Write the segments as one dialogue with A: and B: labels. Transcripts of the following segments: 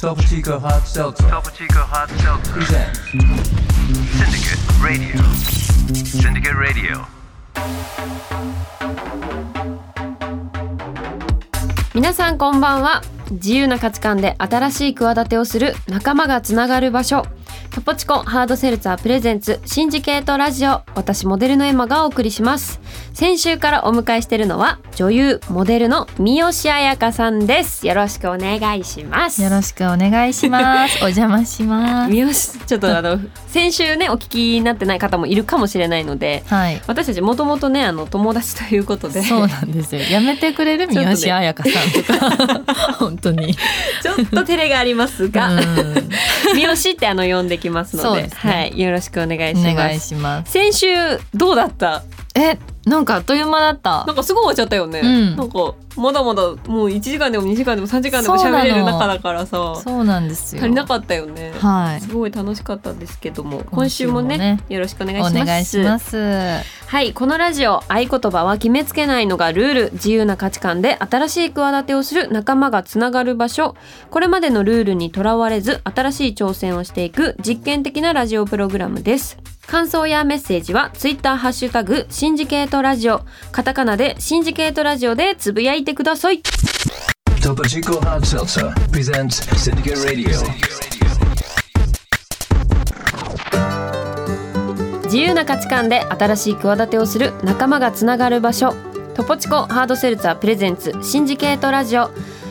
A: Topo Chico Hot Seltzer
B: Topo Chico Hot Seltzer
A: presents
B: Syndicate Radio. Syndicate Radio.
C: 皆さんこんばんは自由な価値観で新しい企てをする仲間がつながる場所トポチコハードセルツァープレゼンツシンジケートラジオ私モデルのエマがお送りします先週からお迎えしているのは女優モデルの三好彩香さんですよろしくお願いします
D: よろしくお願いします。お邪魔します。
C: 三好ちょ っとあの先週ねお聞きになってない方もいるかもしれないので
D: はい。
C: 私たちもともとねあの友達ということで
D: そうなんですよ。やめてくれる
C: ちょっ
D: 三
C: とね
D: 好彩香さんと か。本当に。
C: ちょっと照れがありますが、
D: うん
C: 三好ってあの呼んできますの
D: そう
C: で
D: ですね
C: はい、よろしくお願いし
D: お
C: ます。
D: 願いします。
C: 先週どうだった？
D: え、なんかあっという間だった
C: な。んかすごい終わっちゃったよね。
D: うん
C: なんかまだまだもう一時間でも二時間でも三時間でも
D: そうな
C: 喋
D: の
C: れる中だからさ、
D: そうなんですよ。
C: 足りなかったよね。
D: はい。
C: すごい楽しかったですけども、今
D: 今
C: 週
D: 週
C: も
D: も
C: ね
D: ね
C: よろしくお願いし
D: お
C: ます。
D: 願いします。
C: はい、このラジオ合言葉は決めつけないのがルール自由な価値観で新しい企てをする仲間がつながる場所これまでのルールにとらわれず新しい挑戦をしていく実験的なラジオプログラムです感想やメッセージはツイッターハッシュタグシンジケートラジオカタカナでシンジケートラジオでつぶやいてください
A: Topo Chico Hot Seltzer presents Syndicate Radio.
C: 自由な価値観で新しい企てをする仲間がつながる場所トポチコハードセルツァープレゼンツシンジケートラジオ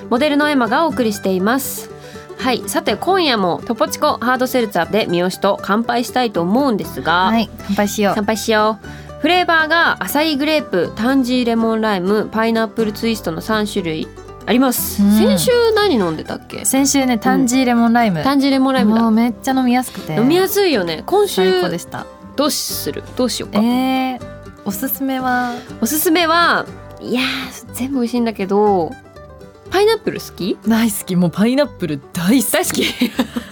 C: モデルのエマがお送りしていますはいさて今夜もトポチコハードセルツァーで三好と乾杯したいと思うんですが、
D: はい、乾杯しよ
C: 乾杯しようフレーバーがアサイーグレープタンジーレモンライムパイナップルツイストの3種類あります、
D: うん
C: 先週何飲んでたっけ
D: う。先週ね、タンジーレモンライム。
C: タンジーレモンライム
D: もう
C: だ
D: めっちゃ飲みやすくて。
C: 飲みや
D: す
C: すいよね今週
D: 最高でした。
C: どうするどうしようか
D: えー、おすすめは。
C: おすすめはいやー全部美味しいんだけどパイナップル好き
D: 大好き、もうパイナップル大好
C: 大 好き
D: き。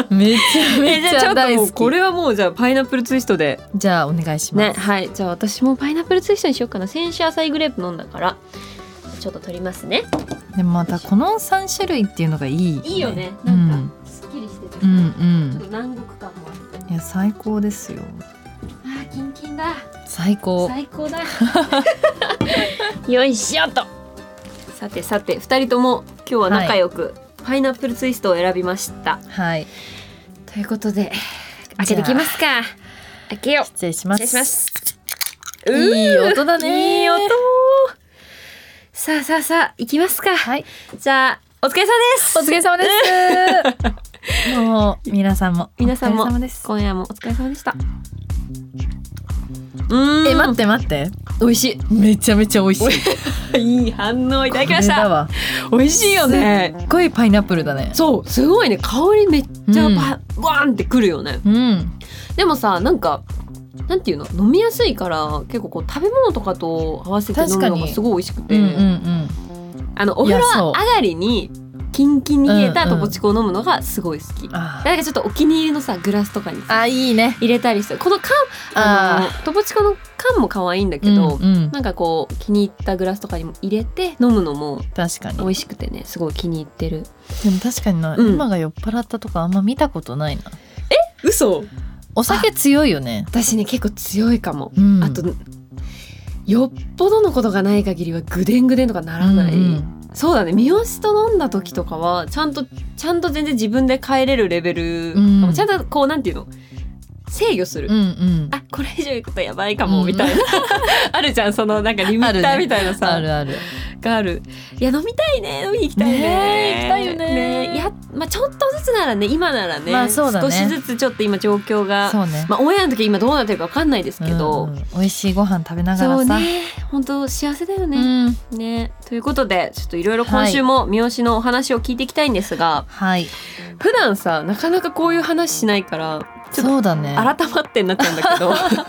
D: めっちゃめ
C: え
D: っ
C: じ
D: ち
C: ゃあ
D: ゃ
C: ちょっと
D: 大
C: も
D: 好
C: う
D: き。
C: これはもうじゃあパイナップルツイストで
D: じゃあお願いします。
C: ねはいじゃあ私もパイナップルツイストにしようかな先週アサイーグレープ飲んだからちょっと取りますね
D: でもまたこの三種類っていうのがいい。
C: いいよね
D: う
C: なん
D: ん。
C: かすっきりしてて、
D: うん
C: ちょっと
D: う
C: 南国感もあって
D: ん。いや最高ですよ。
C: あーキンキンだ
D: 最高。
C: 最高だ よいしょとさてさて二人とも今日は仲良く、パイナップルツイストを選びました
D: はい。
C: ということで開けてきますか開けよう
D: 失礼します。
C: 失礼します
D: いい音だね。
C: いい音さあさあさあ行きますか
D: はい。
C: じゃあお疲れ様で す
D: お疲れ様です。 もう皆さんも
C: 皆さんも
D: お疲れ様です。
C: 今夜もお疲れ様でしたうーん
D: え待って待って。
C: 美味し
D: めちゃめちゃ美味しい。い
C: いいい反応いただきまし
D: これだ
C: た
D: わ。
C: 美味しいよね
D: すっごいパイナップルだね。
C: そうすごいね香りめっちゃパワーンってくるよね
D: うん。
C: でもさなんかなんていうの飲みやすいから結構こう食べ物とかと合わせて飲むの
D: 確か
C: が
D: に
C: すごい美味しく
D: う
C: て、
D: んうん
C: あのお風
D: いや
C: 呂
D: そう
C: 上がりにキンキンに冷えた
D: うん
C: と
D: うん
C: ぼちこを飲むのがすごい好き、
D: うん。あー
C: なんかちょっとお気に入りのさグラスとかにさ
D: あいいね。
C: 入れたりしてこの缶あ
D: あ
C: のとぼちこの缶も可愛いんだけど、
D: うんうん
C: なんかこう気に入ったグラスとかにも入れて飲むのも
D: 確かに
C: 美。味しくてねすごい気に入ってる
D: でも確かにな、
C: うん
D: 今が酔っ払ったとかあんま見たことないな
C: 嘘
D: お酒強いよね
C: 私ね結構強いかも、
D: うん
C: あとよっぽどのことがない限りはぐでんぐでんとかならない、
D: うんうん
C: そうだね三好と飲んだ時とかはちゃんとちゃんと全然自分で帰れるレベル、
D: うん
C: ちゃんとこうなんていうの制御する、
D: うんうん
C: あこれ以上行くとやばいかも
D: うん
C: みたいな、 あるじゃんそのなんかリミッタ
D: あ
C: ー
D: るね
C: みたいなさ
D: あるある
C: があるいや飲みたいね飲みに行きたいね
D: ねえ行きたいよね
C: えいや、まあ、ちょっとずつならね今ならね,、
D: まあそうだね
C: 少しずつちょっと今状況が、
D: そうね、
C: まあオンエアの時今どうなってるかわかんないですけど、
D: うんうん美味しいご飯食べなが
C: そう
D: らさ
C: ね本当幸せだよね、
D: うん
C: ねということでちょっといろいろ今週も三好のお話を聞いていきたいんですが、
D: はい
C: 普段さなかなかこういう話しないからちょっと
D: そうだね
C: 改まってになっちゃうんだけ どそも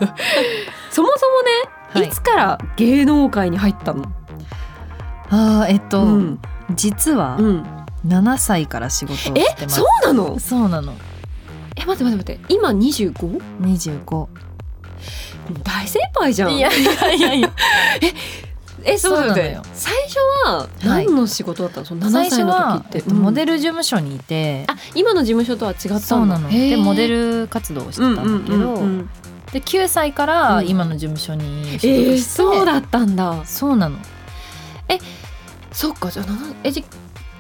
C: そもね、
D: はい
C: い、つから芸能界に入ったの
D: あーえっと、
C: うん
D: 実は
C: うん、
D: 7歳から仕事をして
C: え
D: ます、
C: そうなの
D: そうなの
C: え待って待って待って今 25?
D: 25
C: 大先輩じゃん
D: いやいやいやいや
C: ええそ
D: そうな
C: うだよ
D: の
C: ね
D: よ
C: 最初は何の仕事だったの、その
D: 最
C: 7
D: 初
C: 歳の時
D: は
C: っ
D: え
C: て
D: っとモデ
C: ル、
D: ル事務所にいて、
C: あ今の事務所とは違ったんだ
D: そうなの
C: へー
D: でモデル活動をしてたんだけど、
C: うんうんうんうん
D: で9歳から
C: うん
D: 今の事務所に所属して、
C: えー、そうだったんだ
D: そうなの
C: そっかじゃあ7えじん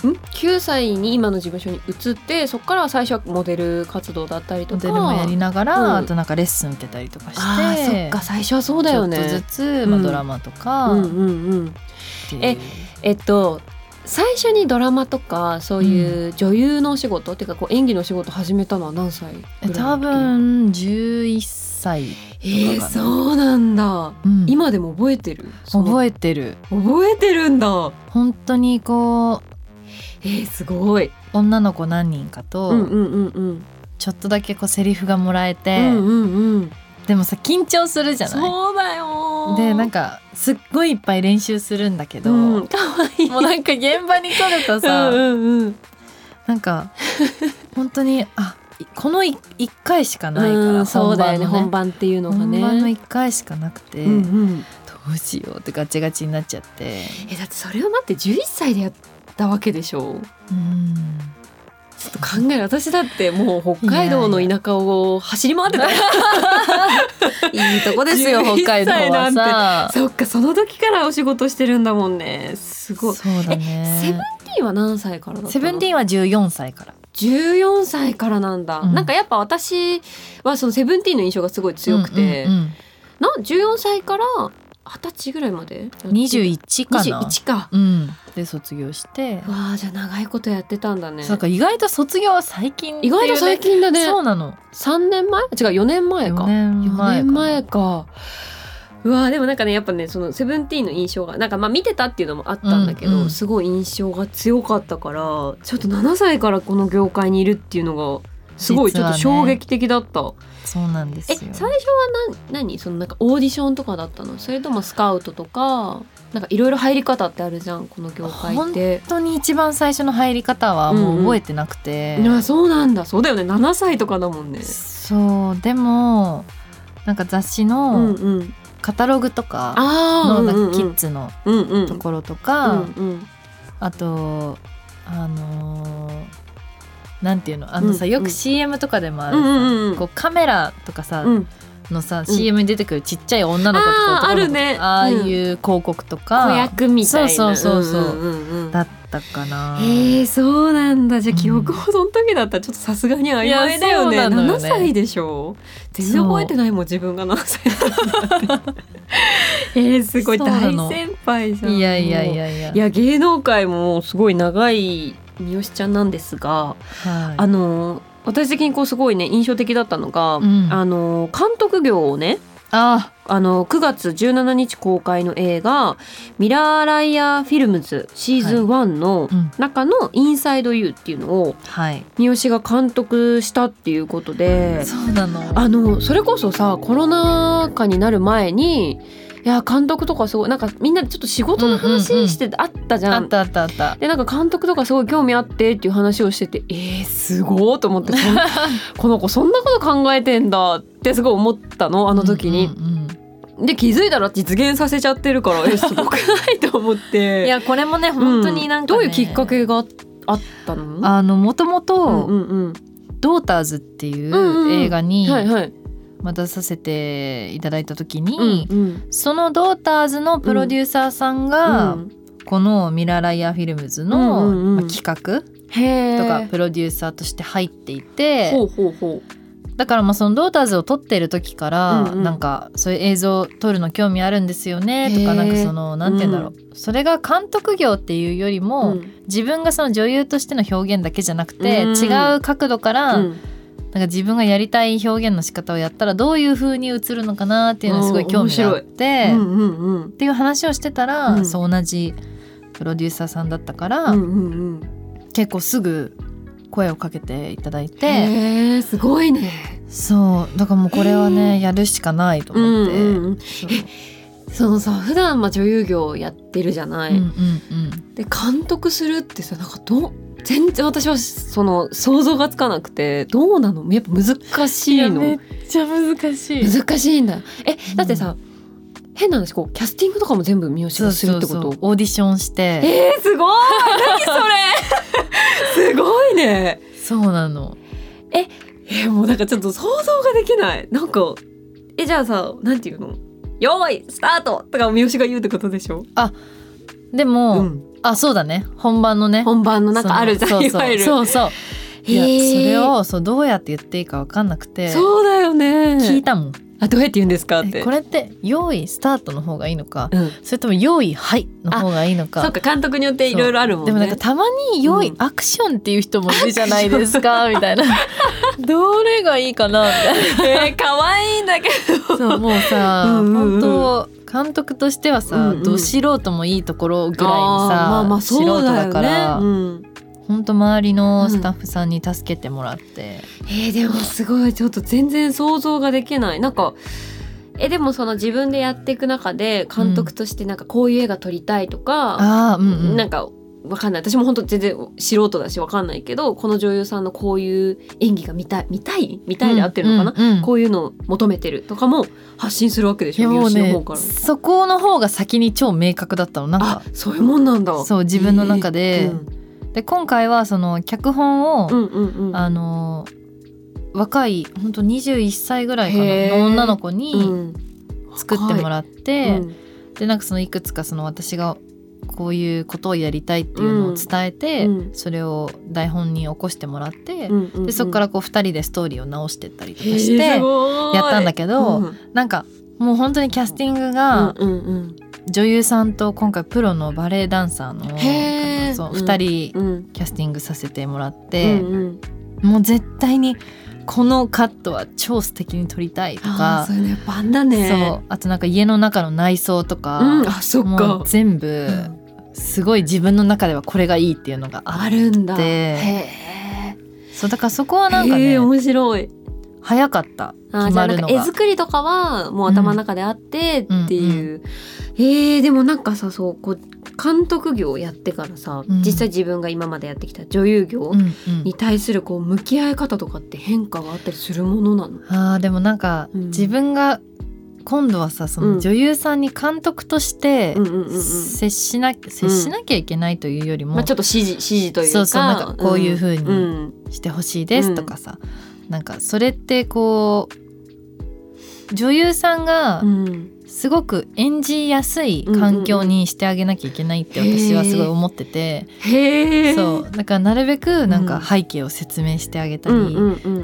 C: 9歳に今の事務所に移ってそっからは最初はモデル活動だったりと
D: モ
C: か
D: デルもやりながら、
C: うん
D: あとなんかレッスン受けたりとかして
C: あーそっか最初はそうだよね
D: ちょっとずつ、まあ
C: うん
D: ドラマとか、
C: うんうんうん
D: っていう
C: ええっと最初にドラマとかそういう女優のお仕事、っていうかこう演技のお仕事始めたのは何歳
D: え
C: ぐら
D: 多
C: いの時
D: 分11歳、
C: えー、そうなんだ
D: うん
C: 今でも覚えてる
D: 覚えてる
C: え覚えてるんだ
D: 本当にこう
C: えー、すごい
D: 女の子何人かと、
C: うんうんうんうん
D: ちょっとだけこうセリフがもらえ
C: う
D: て、
C: んうんうん
D: でもさ緊張するじゃない
C: そうだよ
D: でなんか
C: か
D: すっごいいっぱい練習するんだけど、
C: うん、かわいい
D: もうなんか現場に来るとさ、
C: うんうんうん
D: なんか 本当にあいこのい一回しかないから、
C: うんそうだよね
D: 本
C: 本番っていうのが
D: 番の
C: ね
D: ね本番の一回しかなくて、
C: うん
D: ど
C: うん、
D: うしようってガチガチになっちゃって
C: えだってそれを待って11歳でやったわけでしょ
D: うん
C: ちょっと考える私だってもう北海道の田舎を走り回 ってた
D: いいとこですよ
C: 11
D: 北海道は
C: 歳
D: さ
C: そっかその時からお仕事してるんだもんねすごい
D: そうだ
C: セブン
D: ね
C: ティーンは何歳からだったの
D: セブンティーンは14歳から
C: 14歳からなんだ、
D: うん
C: なんかやっぱ私はそのセブンティーンの印象がすごい強くて、
D: うんうんうん
C: な14歳から二十歳ぐらいまで
D: 21かな
C: 21か
D: うん、で卒業して
C: うわあじゃあ長いことやってたんだね
D: そうだから意外と卒業は最近ってい
C: 意
D: うね、
C: 外と最近だね
D: そうなの
C: 3年前違う4年前か
D: 4年
C: 4
D: 前か
C: 年前かうわーでもなんかねやっぱねそのセブンティーンの印象がなんかまあ見てたっていうのもあったんだけど、
D: うんうん
C: すごい印象が強かったからちょっと7歳からこの業界にいるっていうのがすごいち
D: 実
C: ょっ
D: はね
C: と衝撃的だった、
D: そうなんです
C: え
D: よ
C: 最初は何何そのなんかオーディションとかだったのそれともスカウトとかなんかいろいろ入り方ってあるじゃんこの業界って。
D: 本当に一番最初の入り方はもう覚えてなくて、
C: あそうなんだそうだよね7歳とかだもんね。
D: そうでもなんか雑誌
C: うん
D: の
C: うん、
D: カタログとか
C: あ
D: の
C: あうん
D: なん
C: う
D: かキッ
C: ん
D: ズの
C: うんうん
D: ところとか、
C: うんうん
D: あとあのーなんていうのあのさ、
C: うん
D: よく CM とかでもある
C: う
D: さ、
C: んうんうん
D: こうカメラとかさ、
C: うん、
D: のさ、
C: うん
D: CM に出てくるちっちゃい女の子とか男の子
C: あー
D: とか
C: あるね
D: ああいう広告と
C: 子
D: か
C: 役みたいな
D: そうそうそうそうん
C: んうんうん
D: だったかな。
C: えー、そうなんだじゃあ
D: うん
C: 記憶もその時だったらちょっとさすがに曖昧だよ
D: い
C: ね
D: やそうなのよ
C: 7
D: ね
C: 歳でしょ全然覚えてないもん自分が何歳だったって えー、すごい
D: そうな
C: 大
D: の
C: 先輩じゃん
D: いやいやい
C: も
D: やいや
C: ういや芸能界もすごい長い三好ちゃんなんです
D: はい
C: があのー私的にこうすごいね印象的だったのが、
D: うん
C: あのー監督業をね
D: あ
C: あの9月17日公開の映画「ミラーライアーフィルムズシーズン1」の
D: ーうん
C: 中の「インサイド・ユー」っていうのを
D: はい
C: 三好が監督したっていうことで
D: そうなの
C: あのそれこそさコロナ禍になる前にいや監督とかすごいなんかみんなでちょっと仕事
D: う
C: の
D: んうんう
C: 話
D: ん
C: してあったじゃん。
D: あったあったあった
C: でなんか監督とかすごい興味あってっていう話をしててえー、すごーと思っ てこのこの子そんなこと考えてんだってすごい思ったのあの時に。
D: うんうんうん
C: で気づいたら実現させちゃってるからえすごくないと思って
D: いやこれもね
C: うん
D: 本当になんか、ね
C: どういうきっかけがあったの
D: あのもとも
C: うんう
D: と
C: んうん
D: 「ドーターズ」ってい
C: んうんう
D: うん映画に
C: はいはい、
D: またさせていただいた時
C: う
D: に
C: ん、うん
D: その「ドーターズ」のプロデューサーさんが、この「ミラーライアーフィルムズの」
C: うんうんうん
D: まあ企画
C: へえ
D: とかプロデューサーとして入っていて、
C: ほうほうほ
D: だからまあその「ドーターズ」を撮ってる時から、
C: うんうん
D: なんかそういう映像を撮るの興味あるんですよねと
C: へー
D: かなんかそのなんて言うんだろう、それが監督業っていうより
C: う
D: も、
C: うん
D: 自分がその女優としての表現だけじゃなくて、
C: うん
D: 違う角度から、
C: う
D: なん
C: ん
D: か自分がやりたい表現の仕方をやったらどういう風に映るのかなっていうのにすごい興味があって、
C: うんうんうん
D: っていう話をしてたら、
C: うん
D: そう同じプロデューサーさんだったから、
C: うんうんうん
D: 結構すぐ声をかけていただいて
C: へえすごいね
D: そうだからもうこれはねやるしかないと思って。
C: うんうんうん
D: そう
C: そのさ普段まあ女優業やってるじゃない、
D: うんうんうん
C: で監督するってさなんかどう全然私はその想像がつかなくてどうなのやっぱ難しいの
D: っちゃ難し
C: 難しいんだえだってさ、変な話こうキャスティングとかも全部三好
D: そ
C: が
D: う
C: する
D: そう
C: ってこ
D: そう
C: と
D: オーディションして
C: えー、すごい何そ れすごいね
D: そうなの
C: えーもうなんかちょっと想像ができないなんかえじゃあさなんていうの「用意スタート!」とか三好が言うってことでしょ、
D: でも、
C: うん
D: あそうだね本番のね
C: 本番の中あるじゃ
D: そ
C: ん
D: の
C: いわゆる
D: そうそうそういや
C: へー
D: それをそうどうやって言っていいか分かんなくて
C: そうだよね
D: 聞いたもん
C: あどうやって言うんですかっ
D: え
C: て
D: これって用意スタートの方がいいのか
C: うん、
D: それとも用意はいの方がいいの
C: そ
D: か
C: っか監督によっていろいろあるもんね
D: でもなんかたまに用意、
C: うん
D: アクションっていう人もいるじゃないですかみたいな どれがいいかなみたいな
C: えー、可愛いんだけど
D: そうもうさ
C: うんうんうん
D: 本当監督としてはさ、
C: うんうん
D: ど素人もいいところぐらいにさ
C: あーまあまあそ
D: 素
C: うだ
D: 人
C: よね
D: だから、
C: うん、
D: 本当周りのスタッフさんに助けてもらって、
C: えー、でもすごいちょっと全然想像ができないなんかえでもその自分でやっていく中で監督としてなんかこういう映画撮りたいとか、
D: ああうんうん
C: なんかわかんない私も本当全然素人だしわかんないけどこの女優さんのこういう演技が見たい見たい見たいで合ってるのかな、
D: うんうんうん
C: こういうのを求めてるとかも発信するわけで
D: い
C: し
D: や
C: ょ
D: もう
C: 三好の
D: ね
C: 方から。
D: そこの方が先に超明確だったのなん
C: あ
D: か
C: そういうもんなんだ。
D: そう自分の中で、
C: えー
D: で今回はその脚本を、
C: うん、うんうんうん
D: あの若い本当21歳ぐらいか
C: へ
D: な
C: ー
D: の女の子に作っても
C: っ
D: らって、でなんかそのいくつかその私がこういうことをやりたいっていうのを伝えて、
C: うん
D: それを台本に起こしてもらって、でそこかららこう2人でストーリーを直してったりとか
C: し
D: しててやったんだ
C: け
D: けど、なんかもう本当にキャスティングが
C: うんうん
D: 女優さんと今回プロのバレエダンサーの
C: へー
D: そう
C: うん
D: 2人
C: うんうん
D: キャスティングさせてもらっ
C: う
D: て、
C: んうん
D: もう絶対にこのカットは超素敵に撮りたいと
C: あー
D: か
C: そういうのやっぱあんだね
D: そうあとなんか家の中の内装とか、
C: うんあそっ
D: も
C: か
D: う全部すごい自分の中ではこれがいいっていうのがあ
C: あ
D: る
C: るんだ
D: で
C: へ
D: そうだからそこは
C: ー
D: なんかね、
C: へー面白い
D: 早かった決
C: あーじゃ
D: ま
C: あな
D: る
C: んか
D: の
C: 絵
D: が
C: 作りとかはもう頭の中であってっていうえーでもなんかさそうこう監督業をやってからさ
D: うん
C: 実際自分が今までやってきた女優業
D: うんうん
C: に対するこう向き合い方とかって変化があったりするものなの
D: あーでもなんか
C: うん
D: 自分が今度はさそ
C: うん
D: の女優さんに監督として
C: うんうんうんうん
D: 接しな接しなきゃいけないというよりも、
C: まあちょっと指示指示というか
D: そうそうなんかこういう風に
C: ん
D: してほしいですとかさ、なんかそれってこう女優さんが
C: うん
D: すごく演じやすい環境にしてあげなきゃいけないって私はすごい思ってて、
C: へえ
D: そうだからなるべくなんか背景を説明してあげたり、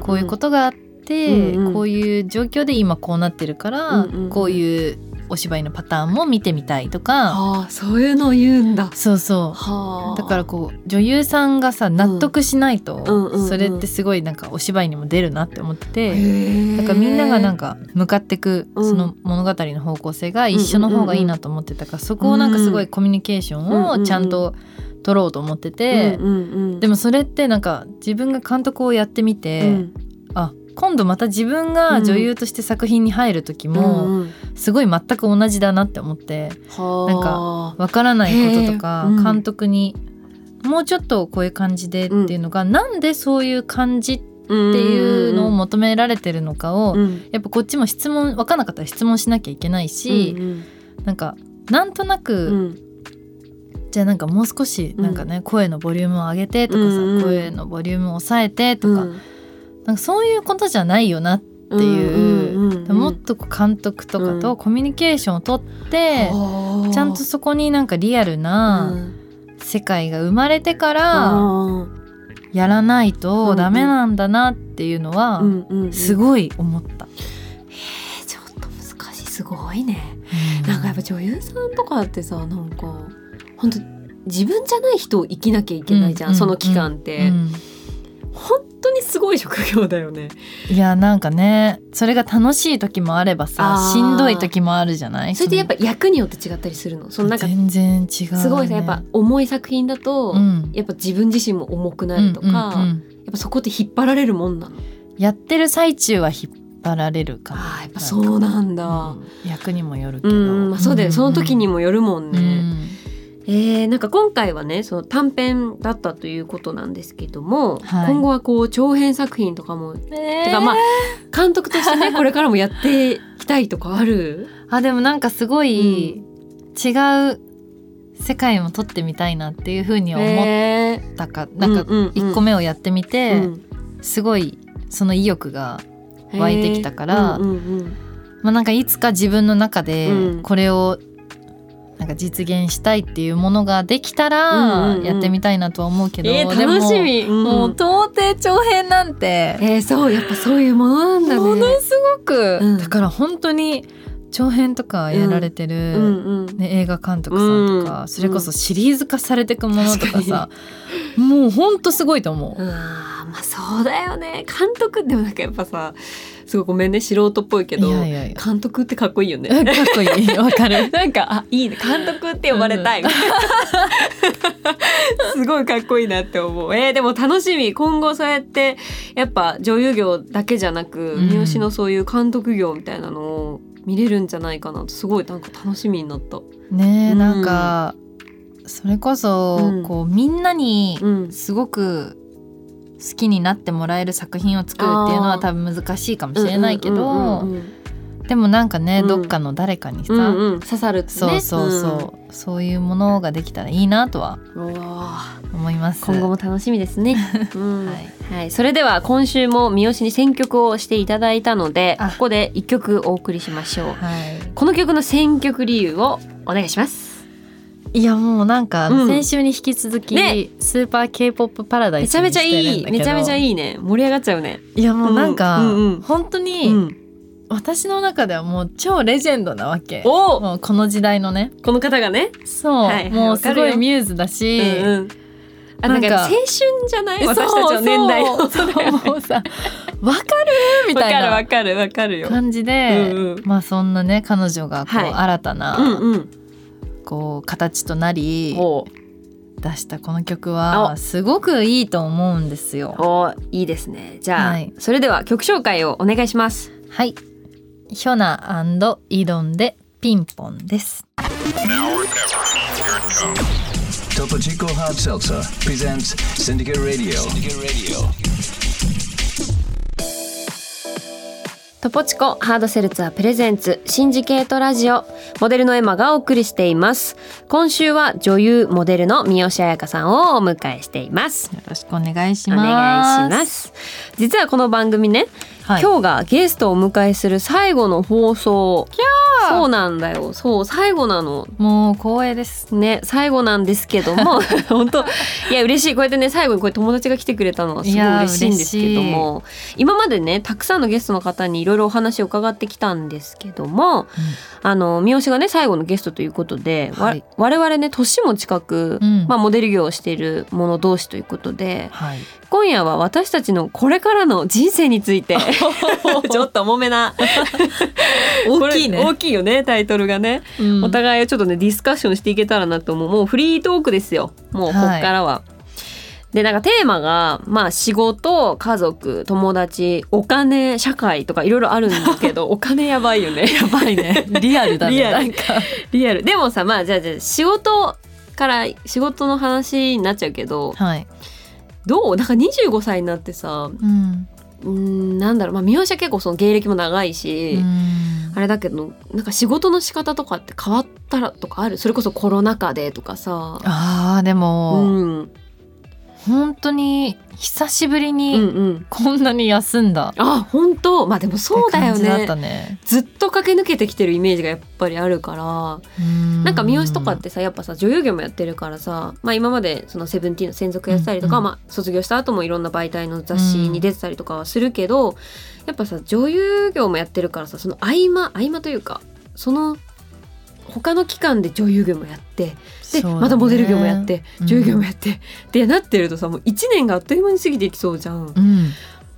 D: こういうことがあって、
C: うんうん
D: こういう状況で今こうなってるから、
C: うんうんうん
D: こういうお芝居のパターンも見てみたいとか、
C: ああそういうのを言うんだ。
D: そうそう
C: はあ。
D: だからこう女優さんがさ納得しないと、
C: うんうんうん
D: それってすごいなんかお芝居にも出るなって思ってて。
C: へえ
D: だからみんながなんか向かってく
C: うん
D: その物語の方向性が一緒の方がいいなと思ってたからそこをなんかすごいコミュニケーションをちゃんと取ろうと思ってて
C: うんうんうん、
D: でもそれってなんか自分が監督をやってみ
C: う
D: て
C: ん
D: あ今度また自分が女優として作品に入る時も
C: んん
D: すごい全く同じだなって思って
C: はあ
D: わからないこととか
C: へーうん
D: 監督にもうちょっとこういう感じでっていうのがなんでそういう感じって
C: って
D: いうのを求められてるのかを
C: うん
D: やっぱこっちも質問分かんなかったら質問しなきゃいけないし、なんかなんとな
C: う
D: く、
C: ん
D: じゃあなんかもう少し
C: うん
D: なんかね、声のボリュームを上げてとかさ、
C: うんうん
D: 声のボリュームを抑えてと
C: うん
D: か,、なんかそういうことじゃないよな、
C: うん
D: ていう
C: うんうんうん
D: もっとこう監督とかとコミュニケーションをとって、
C: はあ
D: ちゃんとそこになんかリアル
C: う
D: なん世界が生まれてから
C: あ
D: やらない
C: うんう
D: と
C: ん
D: ダメなんだなっていうのは
C: あうんうんうん
D: すごい思った。
C: えーちょっと難しいすごいね。なんかやっぱ女優さんとかってさなんか本当自分じゃない人を生きなきゃいけないじゃん、
D: うんうん
C: その期間って、
D: うん
C: 本当にすごい職業だよね。
D: いやなんかねそれが楽しい時もあれば
C: あ
D: さ
C: ー
D: しんどい時もあるじゃない
C: それでやっぱ役によって違ったりするの。そ
D: そ
C: の
D: の
C: なんか
D: 全然違う、ね、
C: すごいさやっぱ重い作品だと、
D: うん
C: やっぱ自分自身も重くなるとか、
D: うんう
C: やっ
D: んうん
C: ぱそこって引っ張られるもんなの。
D: やってる最中は引っ張られるかも
C: あーやっぱそうなんだ。
D: うん役にもよるけ
C: う
D: ど、
C: ん、まあそうだよ、その時に
D: も
C: もよるもんね。えー、なんか今回はねその短編だったということなんですけども、
D: はい
C: 今後はこう長編作品とかも、
D: え
C: てかまあ監督 としてねこれからもやっていきたいとかある
D: あでもなんかすごい違う世界も撮ってみたいなっていうふうには思っ
C: えー
D: たか、なんか
C: うんうんうん
D: 1個目をやってみて、
C: うん
D: すごいその意欲が、湧いてきたから
C: えーうんうんうん
D: まあ、なんかいつか自分の中で
C: うん
D: これをなんか実現したいっていうものができたら
C: うんうんうん
D: やってみたいなとは思うけど、
C: えー
D: でも
C: 楽しみ、うん
D: もう到底長編なんて
C: えーそうやっぱそういうものなんだね。
D: ものすごく、
C: うん
D: だから本当に長編とかやられてる、
C: うんうん
D: ね、映画監督さんとか、
C: うん
D: それこそシリーズ化されていくものとか
C: 確か
D: さ、もうほんとすごいと思う。
C: あーまあそうだよね監督でもなんかやっぱさすごいごめんね素人っぽいけど
D: いやいやいや
C: 監督 ってかっこいいよ
D: う
C: ね
D: ん。かっこいいわかる。
C: なんかあいいね監督って呼ばれたい、すごいかっこいいなって思うえーでも楽しみ今後そうやってやっぱ女優業だけじゃなく、
D: うん
C: 三好のそういう監督業みたいなのを見れるんじゃないかなとすごいなんか楽しみになった。
D: ねえ、
C: うん
D: なんかそれこそ、
C: うん
D: こうみんなに
C: うん
D: すごく好きになってもらえる作品を作るっていうの
C: あ
D: は
C: ー
D: 多分難しいかもしれないけど、
C: うんうんうん
D: でもなんかね、
C: うん
D: どっかの誰かにさ、
C: うんうん刺さるってね
D: そうそうそう、そういうものができたらいいなとは
C: うんうわー
D: 思います。
C: 今後も楽しみで すね。うん
D: はい
C: はい、それでは今週も三好に選曲をしていただいたので、こ
D: あ
C: こで一曲お送りしましょう。
D: はい
C: この曲の選曲理由をお願いします。
D: いやもうなんか、
C: うん
D: 先週に引き続き、
C: ね
D: スーパー K-POP パラダイ
C: め
D: ス
C: ちゃめちゃいい、めちゃめちゃ
D: い
C: いいね、盛り上がっちゃうね。
D: いやもうなんか、
C: うんうんうん
D: 本当
C: う
D: に、
C: ん、
D: 私の中ではもう超レジェンドなわけ
C: おお、
D: もうこの時代のね
C: この方がね。
D: そう、
C: はい
D: もうす
C: わ
D: ご
C: かるよ
D: いミューズだし、
C: うんうんあ、なんか
D: なんか
C: 青春じゃない、
D: そう
C: 私たちの年代の。
D: そうそうもうさわかるみ
C: わ
D: た
C: かるわ
D: い
C: かるわかる
D: な
C: よ。
D: 感じで、
C: うんうん
D: まあそんなね彼女がこう、
C: はい
D: 新た
C: う
D: な、
C: んうん。
D: こう形となり
C: おう
D: 出したこの曲はすごくいいと思うんですよ。
C: おう、いいですね。じゃあ、
D: はい
C: それでは曲紹介をお願いします。
D: はい。ヒョナイドンでピンポンです。
A: Topo Chico Hard Seltzer presents Syndicate Radio. Syndicate Radio.
C: トポチコハードセルツァープレゼンツシンジケートラジオモデルのエマがお送りしています今週は女優モデルの三好彩香さんをお迎えしています
D: よろしくお願いし
C: お
D: ます。
C: 願いします実はこの番組ね、
D: はい
C: 今日がゲストをお迎えする最後の放送
D: ャー
C: そうなんだよそう最後なの
D: もう光栄です。
C: ね最後なんですけ ども本当いや嬉しいこうやってね最後にこう友達が来てくれたのはすごい
D: いやー
C: 嬉しいんですけども今までねたくさんのゲストの方にいろいろお話を伺ってきたんですけども、あの三好がね最後のゲストということで、わ
D: はい
C: 我々ね年も近く、
D: うん
C: まあ、モデル業をしている者同士ということで
D: はい。
C: 今夜は私たちのこれからの人生につい てちょっと重めな
D: 大きいね
C: これ大きいよねタイトルがね、お互いちょっとねディスカッションしていけたらなと思うもうフリートークですよもうこっからは。でなんかテーマが、まあ、仕事家族友達お金社会とかいろいろあるんだけ どお金やばいよね。やばいね
D: リアルだね。
C: リア
D: な
C: ル
D: んか
C: リアルでもさまあじゃあじゃあ仕事から仕事の話になっちゃうけど
D: はい。
C: どうなんか25歳になってさ
D: うん。
C: うーんなんだろうまあ三好は結構その芸歴も長いし、あれだけどなんか仕事の仕方とかって変わったらとかあるそれこそコロナ禍でとかさ。
D: ああで
C: う
D: も、
C: ん、うん
D: 本当に久しぶり
C: う
D: に
C: ん
D: こんなに休んだって
C: あ本当まあでもそうだ
D: 感
C: よ
D: じだった
C: ね
D: ね。
C: ずっと駆け抜けてきてるイメージがやっぱりあるからなんか三好とかってさやっぱさ女優業もやってるからさ、まあ、今までその「セブンティーンの専属やってたりとか、
D: うんうん
C: まあ、卒業した後もいろんな媒体の雑誌に出てたりとかはするけど、やっぱさ女優業もやってるからさその合間合間というかその他の期間で女優業もやってで、
D: そうだね
C: またモデル業もやって
D: うん
C: 女優業もやって、ってなってるとさもう1年があっという間に過ぎていきそうじゃん。
D: うん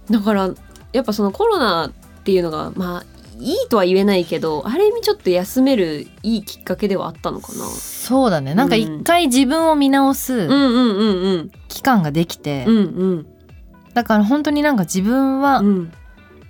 C: だからやっぱそのコロナっていうのがまあいいとは言えないけどある意味ちょっと休めるいいきっかけではあったのかな。
D: そうだねなんか一回自分を見直
C: う
D: す
C: んうんうんうん
D: 期間ができて、
C: うんうん
D: だから本当になんか自分は
C: うん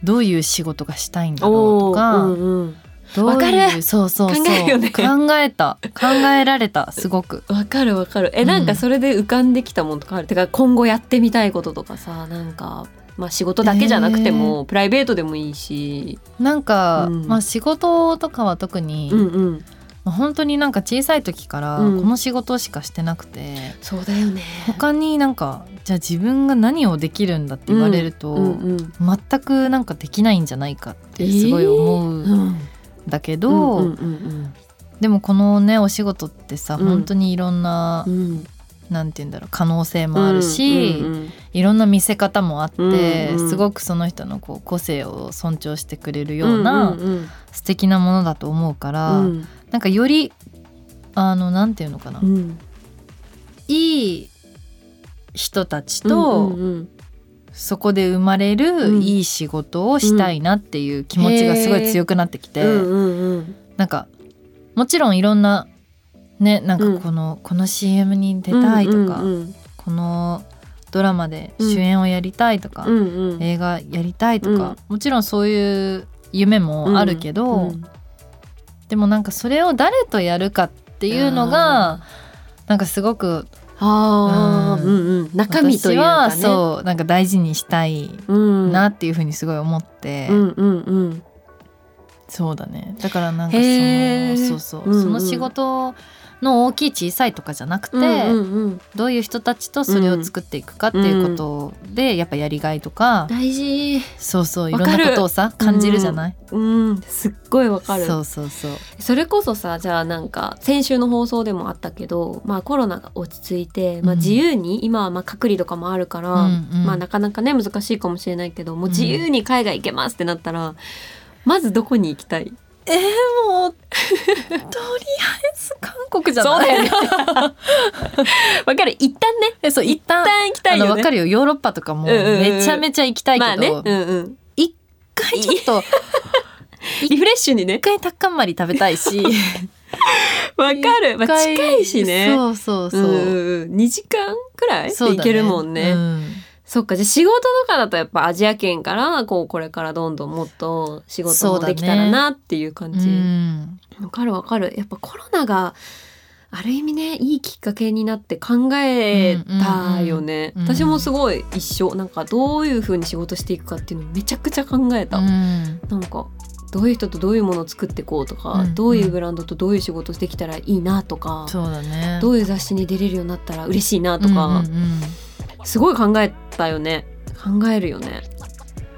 D: どういう仕事がしたいんだろう
C: お
D: と
C: ー
D: か、
C: うんうん
D: どう
C: わか
D: い
C: る
D: うそうそうそう
C: 考えるよね
D: 考えた考えられたすごく
C: わかるわかるえなんかそれで浮かんできたもんとかある、てか今後やってみたいこととかさなんかまあ仕事だけじゃなくても、プライベートでもいいし
D: なんか、
C: うん
D: まあ仕事とかは特に、
C: うんうん
D: まあ本当になんか小さい時からこ
C: うん
D: の仕事しかしてなくて、
C: そうだよね
D: 他になんかじゃあ自分が何をできるんだって言われると、
C: うんうん
D: 全くなんかできないんじゃないかってすごい思
C: う
D: うんんだけど、
C: うんうん
D: でもこのねお仕事ってさ、
C: うん
D: 本当にいろんな
C: うんうん
D: なんて言うんだろう可能性もあるし、
C: うんうん
D: いろんな見せ方もあって、
C: うんうん
D: すごくその人のこう個性を尊重してくれる
C: うん
D: ような、
C: んん
D: 素敵なものだと思うから、
C: うん
D: なんかよりあのなんていうのかな、
C: うん
D: いい人たち
C: と
D: と、そこで生まれ
C: う
D: る
C: ん
D: いい仕事をしたいなっていう気持ちがすごい強くなってきて、なんかもちろんいろんなねなん
C: うん
D: かこの、この CM に出たいとか、
C: うん
D: このドラマで主演をやりたいとか、
C: うんうん
D: 映画やりたいとか、もちろんそういう夢もあるけど、
C: うん
D: でもなんかそれを誰とやるかっていうのがなんかすごく
C: あー
D: う
C: うんんうん中身というか
D: 私は
C: ね
D: そうなんか大事にしたい
C: うん
D: なっていうふうにすごい思って、
C: うんうんうん
D: そうだねだからなんかその
C: へー
D: そうそう、
C: うんうん
D: その仕事の大きい小さいとかじゃなくて、
C: うんうんうん
D: どういう人たちとそれを作っていくかっていうことで、やっぱやりがいとか、
C: 大事
D: そうそうい
C: わ
D: ろん
C: かる
D: なことをさ感じるじゃない、
C: うんすっごいわかる
D: そうそうそう
C: それこそさじゃあなんか先週の放送でもあったけど、まあ、コロナが落ち着いて、まあ、
D: うん
C: 自由に、今はまあ隔離とかもあるから、
D: うんうん
C: まあ、なかなかね難しいかもしれないけどもう自由に海外行けますってなったら、まずどこに行きたい
D: えー、もうとりあえず韓国じゃない
C: そうだ よねわかる一旦ね
D: えそう一旦
C: 一旦行きた
D: あ
C: い
D: の
C: よ
D: わ
C: ね
D: かるよヨーロッパとかも
C: うんうんうん
D: めちゃめちゃ行きたいけ
C: まあね、
D: ど
C: うんうん、
D: 一回ちょっと
C: リフレッシュにね
D: 一回タッカンマリ食べたいし
C: わかる、まあ、近いしね
D: そうそうそううん
C: うんうん2時間くらいで
D: そうだね
C: 行けるもんね
D: うん
C: そっかじゃあ仕事とかだとやっぱアジア圏からこうこれからどんどんもっと仕事もできたらなっていう感
D: う
C: じ。わ、
D: ん
C: かるわかる。やっぱコロナがある意味ねいいきっかけになって考えたよね。
D: うんうんうん
C: 私もすごい一緒なんかどういう風に仕事していくかっていうのめちゃくちゃ考えた。
D: うん
C: なんかどういう人とどういうものを作っていこうとか、
D: うん
C: どういうブランドとどういう仕事できたらいいなとか、
D: そうだねう
C: どういう雑誌に出れるようになったら嬉しいなとか。
D: んうんうん
C: すごい考えたよね考えるよね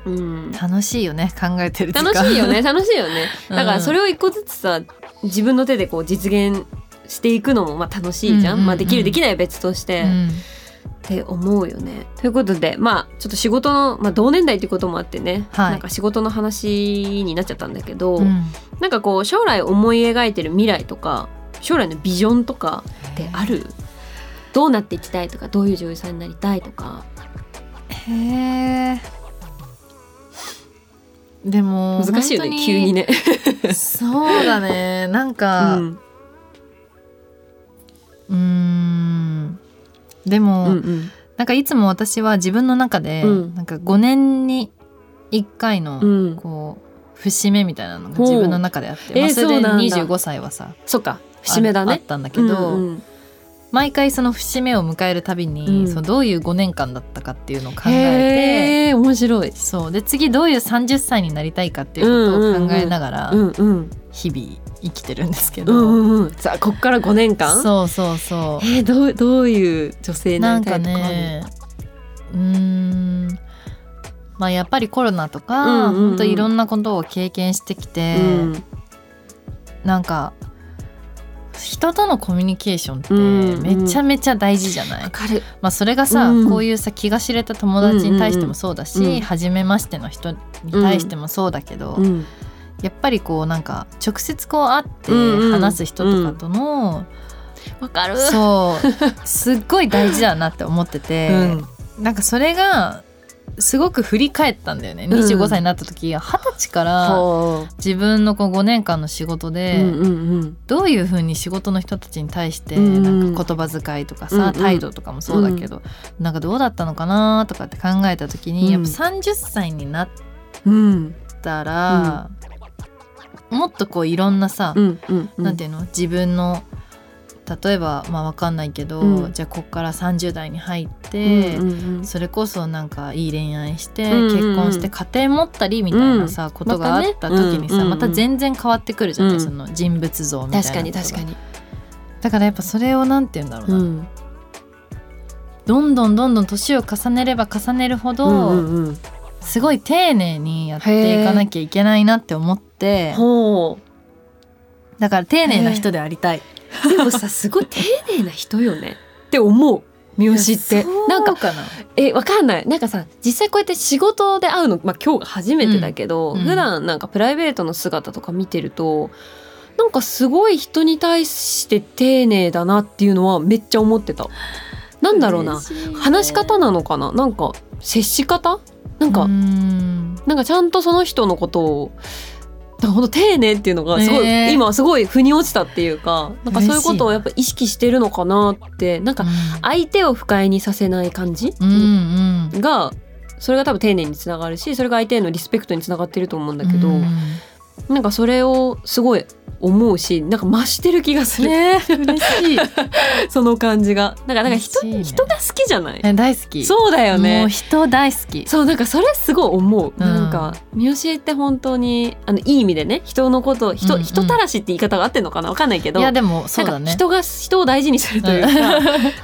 C: うん
D: 楽しいよね考えてる時間
C: 楽しいよね楽しいよね
D: うん
C: だからそれを一個ずつさ自分の手でこう実現していくのもまあ楽しいじゃん,、
D: うんうんうん
C: まあ、できるできないは別として、
D: うん
C: って思うよね。ということでまあちょっと仕事の、まあ、同年代っていうこともあってね、
D: はい
C: なんか仕事の話になっちゃったんだけど、
D: うん
C: なんかこう将来思い描いてる未来とか将来のビジョンとかってあるどうなっていきたいとかどういう女優さんになりたいとか
D: へえでも
C: 難しいよね
D: 本当
C: 急にね。
D: そうだねなんか
C: う
D: うんーんで
C: う
D: も、
C: んうん
D: なんかいつも私は自分の中で、
C: うん
D: なんか5年に1回の、
C: うん、
D: こう節目みたいなのが
C: ほう
D: 自分の中であって、まあ
C: えー
D: それ
C: そう
D: で
C: なんだ
D: 25歳はさ
C: そっか節目だ
D: ああっ
C: ね。
D: たんだけど、
C: うんうん
D: 毎回その節目を迎えるたびに、
C: うん
D: そのどういう5年間だったかっていうのを考えて
C: へえ面白い。
D: そうで次どういう30歳になりたいかっていうことを考えながら
C: うんうん
D: 日々生きてるんですけ
C: う
D: ど、
C: んうんうん。さあこっから五年間。
D: そうそうそう
C: えー、どうどういう女性にな
D: なん
C: りた
D: か
C: いとかある。
D: ねうーんまあやっぱりコロナとか、
C: うんうんうん
D: 本当いろんなことを経験してきて、なんか人とのコミュニケーション
C: う
D: っ
C: ん
D: てめちゃめちゃ大事じゃない、
C: わかる。
D: まあ、それがさ、
C: うん
D: こういうさ気が知れた友達に対してもそうだし、
C: うんうんうん
D: 初めましての人に対してもそうだけど、
C: うん
D: やっぱりこうなんか直接こう会って
C: うんうん
D: 話す人とかとの、
C: わかる。
D: そうすっごい大事だなって思ってて。
C: うん
D: なんかそれがすごく振り返ったんだよね
C: ん
D: 25歳になった時二十歳から
C: ほ
D: 自分のこう5年間の仕事
C: う
D: で、
C: うんうん
D: どういうふうに仕事の人たちに対して
C: うん
D: なんか言葉遣いとか
C: うん
D: さ、
C: うん
D: 態度とかもそうだけど、なんかどうだったのかなとかって考えた時に、
C: うん
D: やっぱ30歳になっ
C: うん。うん。
D: たら、もっとこういろんなさ、
C: うんうんうん
D: なんていうの自分の例えばまあわかんないけど、
C: うん
D: じゃあこっから30代に入って、
C: うんうんうん
D: それこそなんかいい恋愛して、
C: うんうんうん
D: 結婚して家庭持ったりみたいなさ、ことがあった時にさ、
C: またねうんうんう
D: ま
C: ん
D: た全然変わってくるじゃない、
C: うん
D: その人物像みたいな
C: 確かに確か
D: に
C: に、
D: だからやっぱそれをなんて言うんだろう
C: う
D: な、
C: ん、
D: どんどんどんどん年を重ねれば重ねるほど、
C: うんうんうん
D: すごい丁寧にやっていかなきゃいけないなって思って
C: ほう
D: だから丁寧な人でありたい。
C: で もさすごい丁寧な人よねって思う三好ってなんか
D: かな
C: えわかんないなんかさ実際こうやって仕事で会うの、まあ、今日が初めてだけど、
D: うんうん
C: 普段なんかプライベートの姿とか見てるとなんかすごい人に対して丁寧だなっていうのはめっちゃ思ってた。なんだろうな話し方なのかななんか接し方なんか、
D: ん
C: なんかちゃんとその人のことをなんかほんと丁寧っていうのがすごい、
D: ねえ
C: 今すごい腑に落ちたっていうかなんかそういうことをやっぱ意識してるのかなってなんか相手を不快にさせない感じ、
D: うんうん
C: がそれが多分丁寧につながるしそれが相手へのリスペクトにつながってると思うんだけど、
D: うん
C: なんかそれをすごい思うしなんか増してる気がする、
D: ね嬉 しい
C: その感じがなんかなんか人,、
D: 嬉しいね
C: 人が好きじゃない
D: え大好き
C: そうだよ
D: も
C: ね
D: う人大好き
C: そうなんかそれすごい思う、
D: ん
C: なんか三好って本当にあのいい意味でね人のこと人,、
D: うんうん
C: 人たらしって言い方が合ってるのかなわかんないけど
D: いやでもそうだ
C: なんか
D: ね
C: 人が人を大事にするとい
D: う
C: う
D: ん
C: か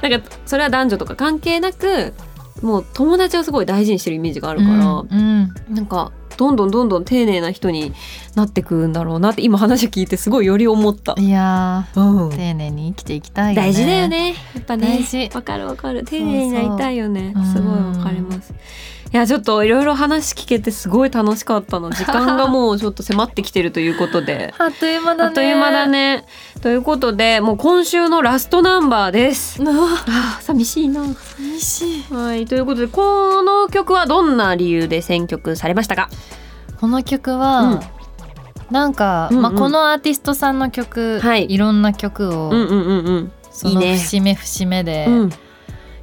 C: なんかそれは男女とか関係なくもう友達をすごい大事にしてるイメージがあるから、
D: うんうん
C: なんかどんどんどんどん丁寧な人になってくんだろうなって今話を聞いてすごいより思った。
D: いや
C: うん
D: ー丁寧に生きていきたいよね
C: 大事だよね。やっぱね
D: 大。事
C: わかるわかる。丁寧になりたいよね
D: そう。そう
C: すごいわかります。いやちょっといろいろ話聞けてすごい楽しかったの。時間がもうちょっと迫ってきてるというこ
D: 。
C: とで
D: あっという間だね
C: あっという間だね。ということでもう今週のラストナンバーです。ああ寂しいな。
D: 寂しい
C: はいということでこの曲はどんな理由で選曲されましたか。
D: この曲は、なんか、
C: うんうん
D: まあ、このアーティストさんの曲、
C: はい
D: ろんな曲を、
C: うんうんうんうん。
D: その
C: いいね
D: 節目節目で
C: うん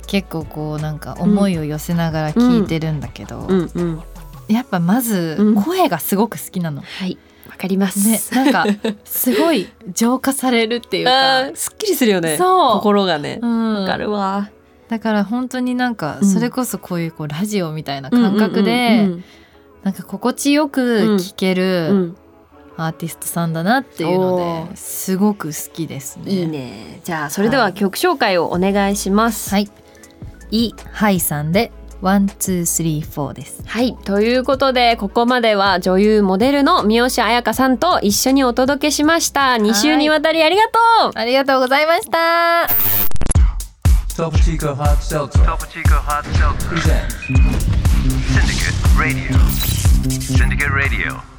D: 結構こうなんか思いを寄せながら聴いてるんだけど、
C: うんうん。
D: やっぱまず
C: うん
D: 声がすごく好きな の。
C: はい、わかります。
D: ね、なんかすごい浄化されるっていう
C: あ
D: か
C: ー、すっきりするよね。
D: そう
C: 心がね。
D: うん
C: わかるわ。
D: だから本当になんか
C: うん
D: それこそこういうこうラジオみたいな感覚
C: う
D: で
C: ん
D: なんか心地よく聴け
C: うんうんう
D: る
C: ん
D: アーティストさんだなっていうの
C: おー
D: ですごく好きですね。
C: いいね。じゃあそれでは曲紹介をお願いします。
D: はい。イハイさんでワンツースリーフォーです。
C: はい、ということでここまでは女優モデルの三好彩香さんと一緒にお届けしました。2週にわたりありがとう。
D: ありがとうございました。
A: Topo Chico Hot Seltzer
B: Topo Chico Hot Seltzer.
A: presents
B: Syndicate Radio. Syndicate Radio.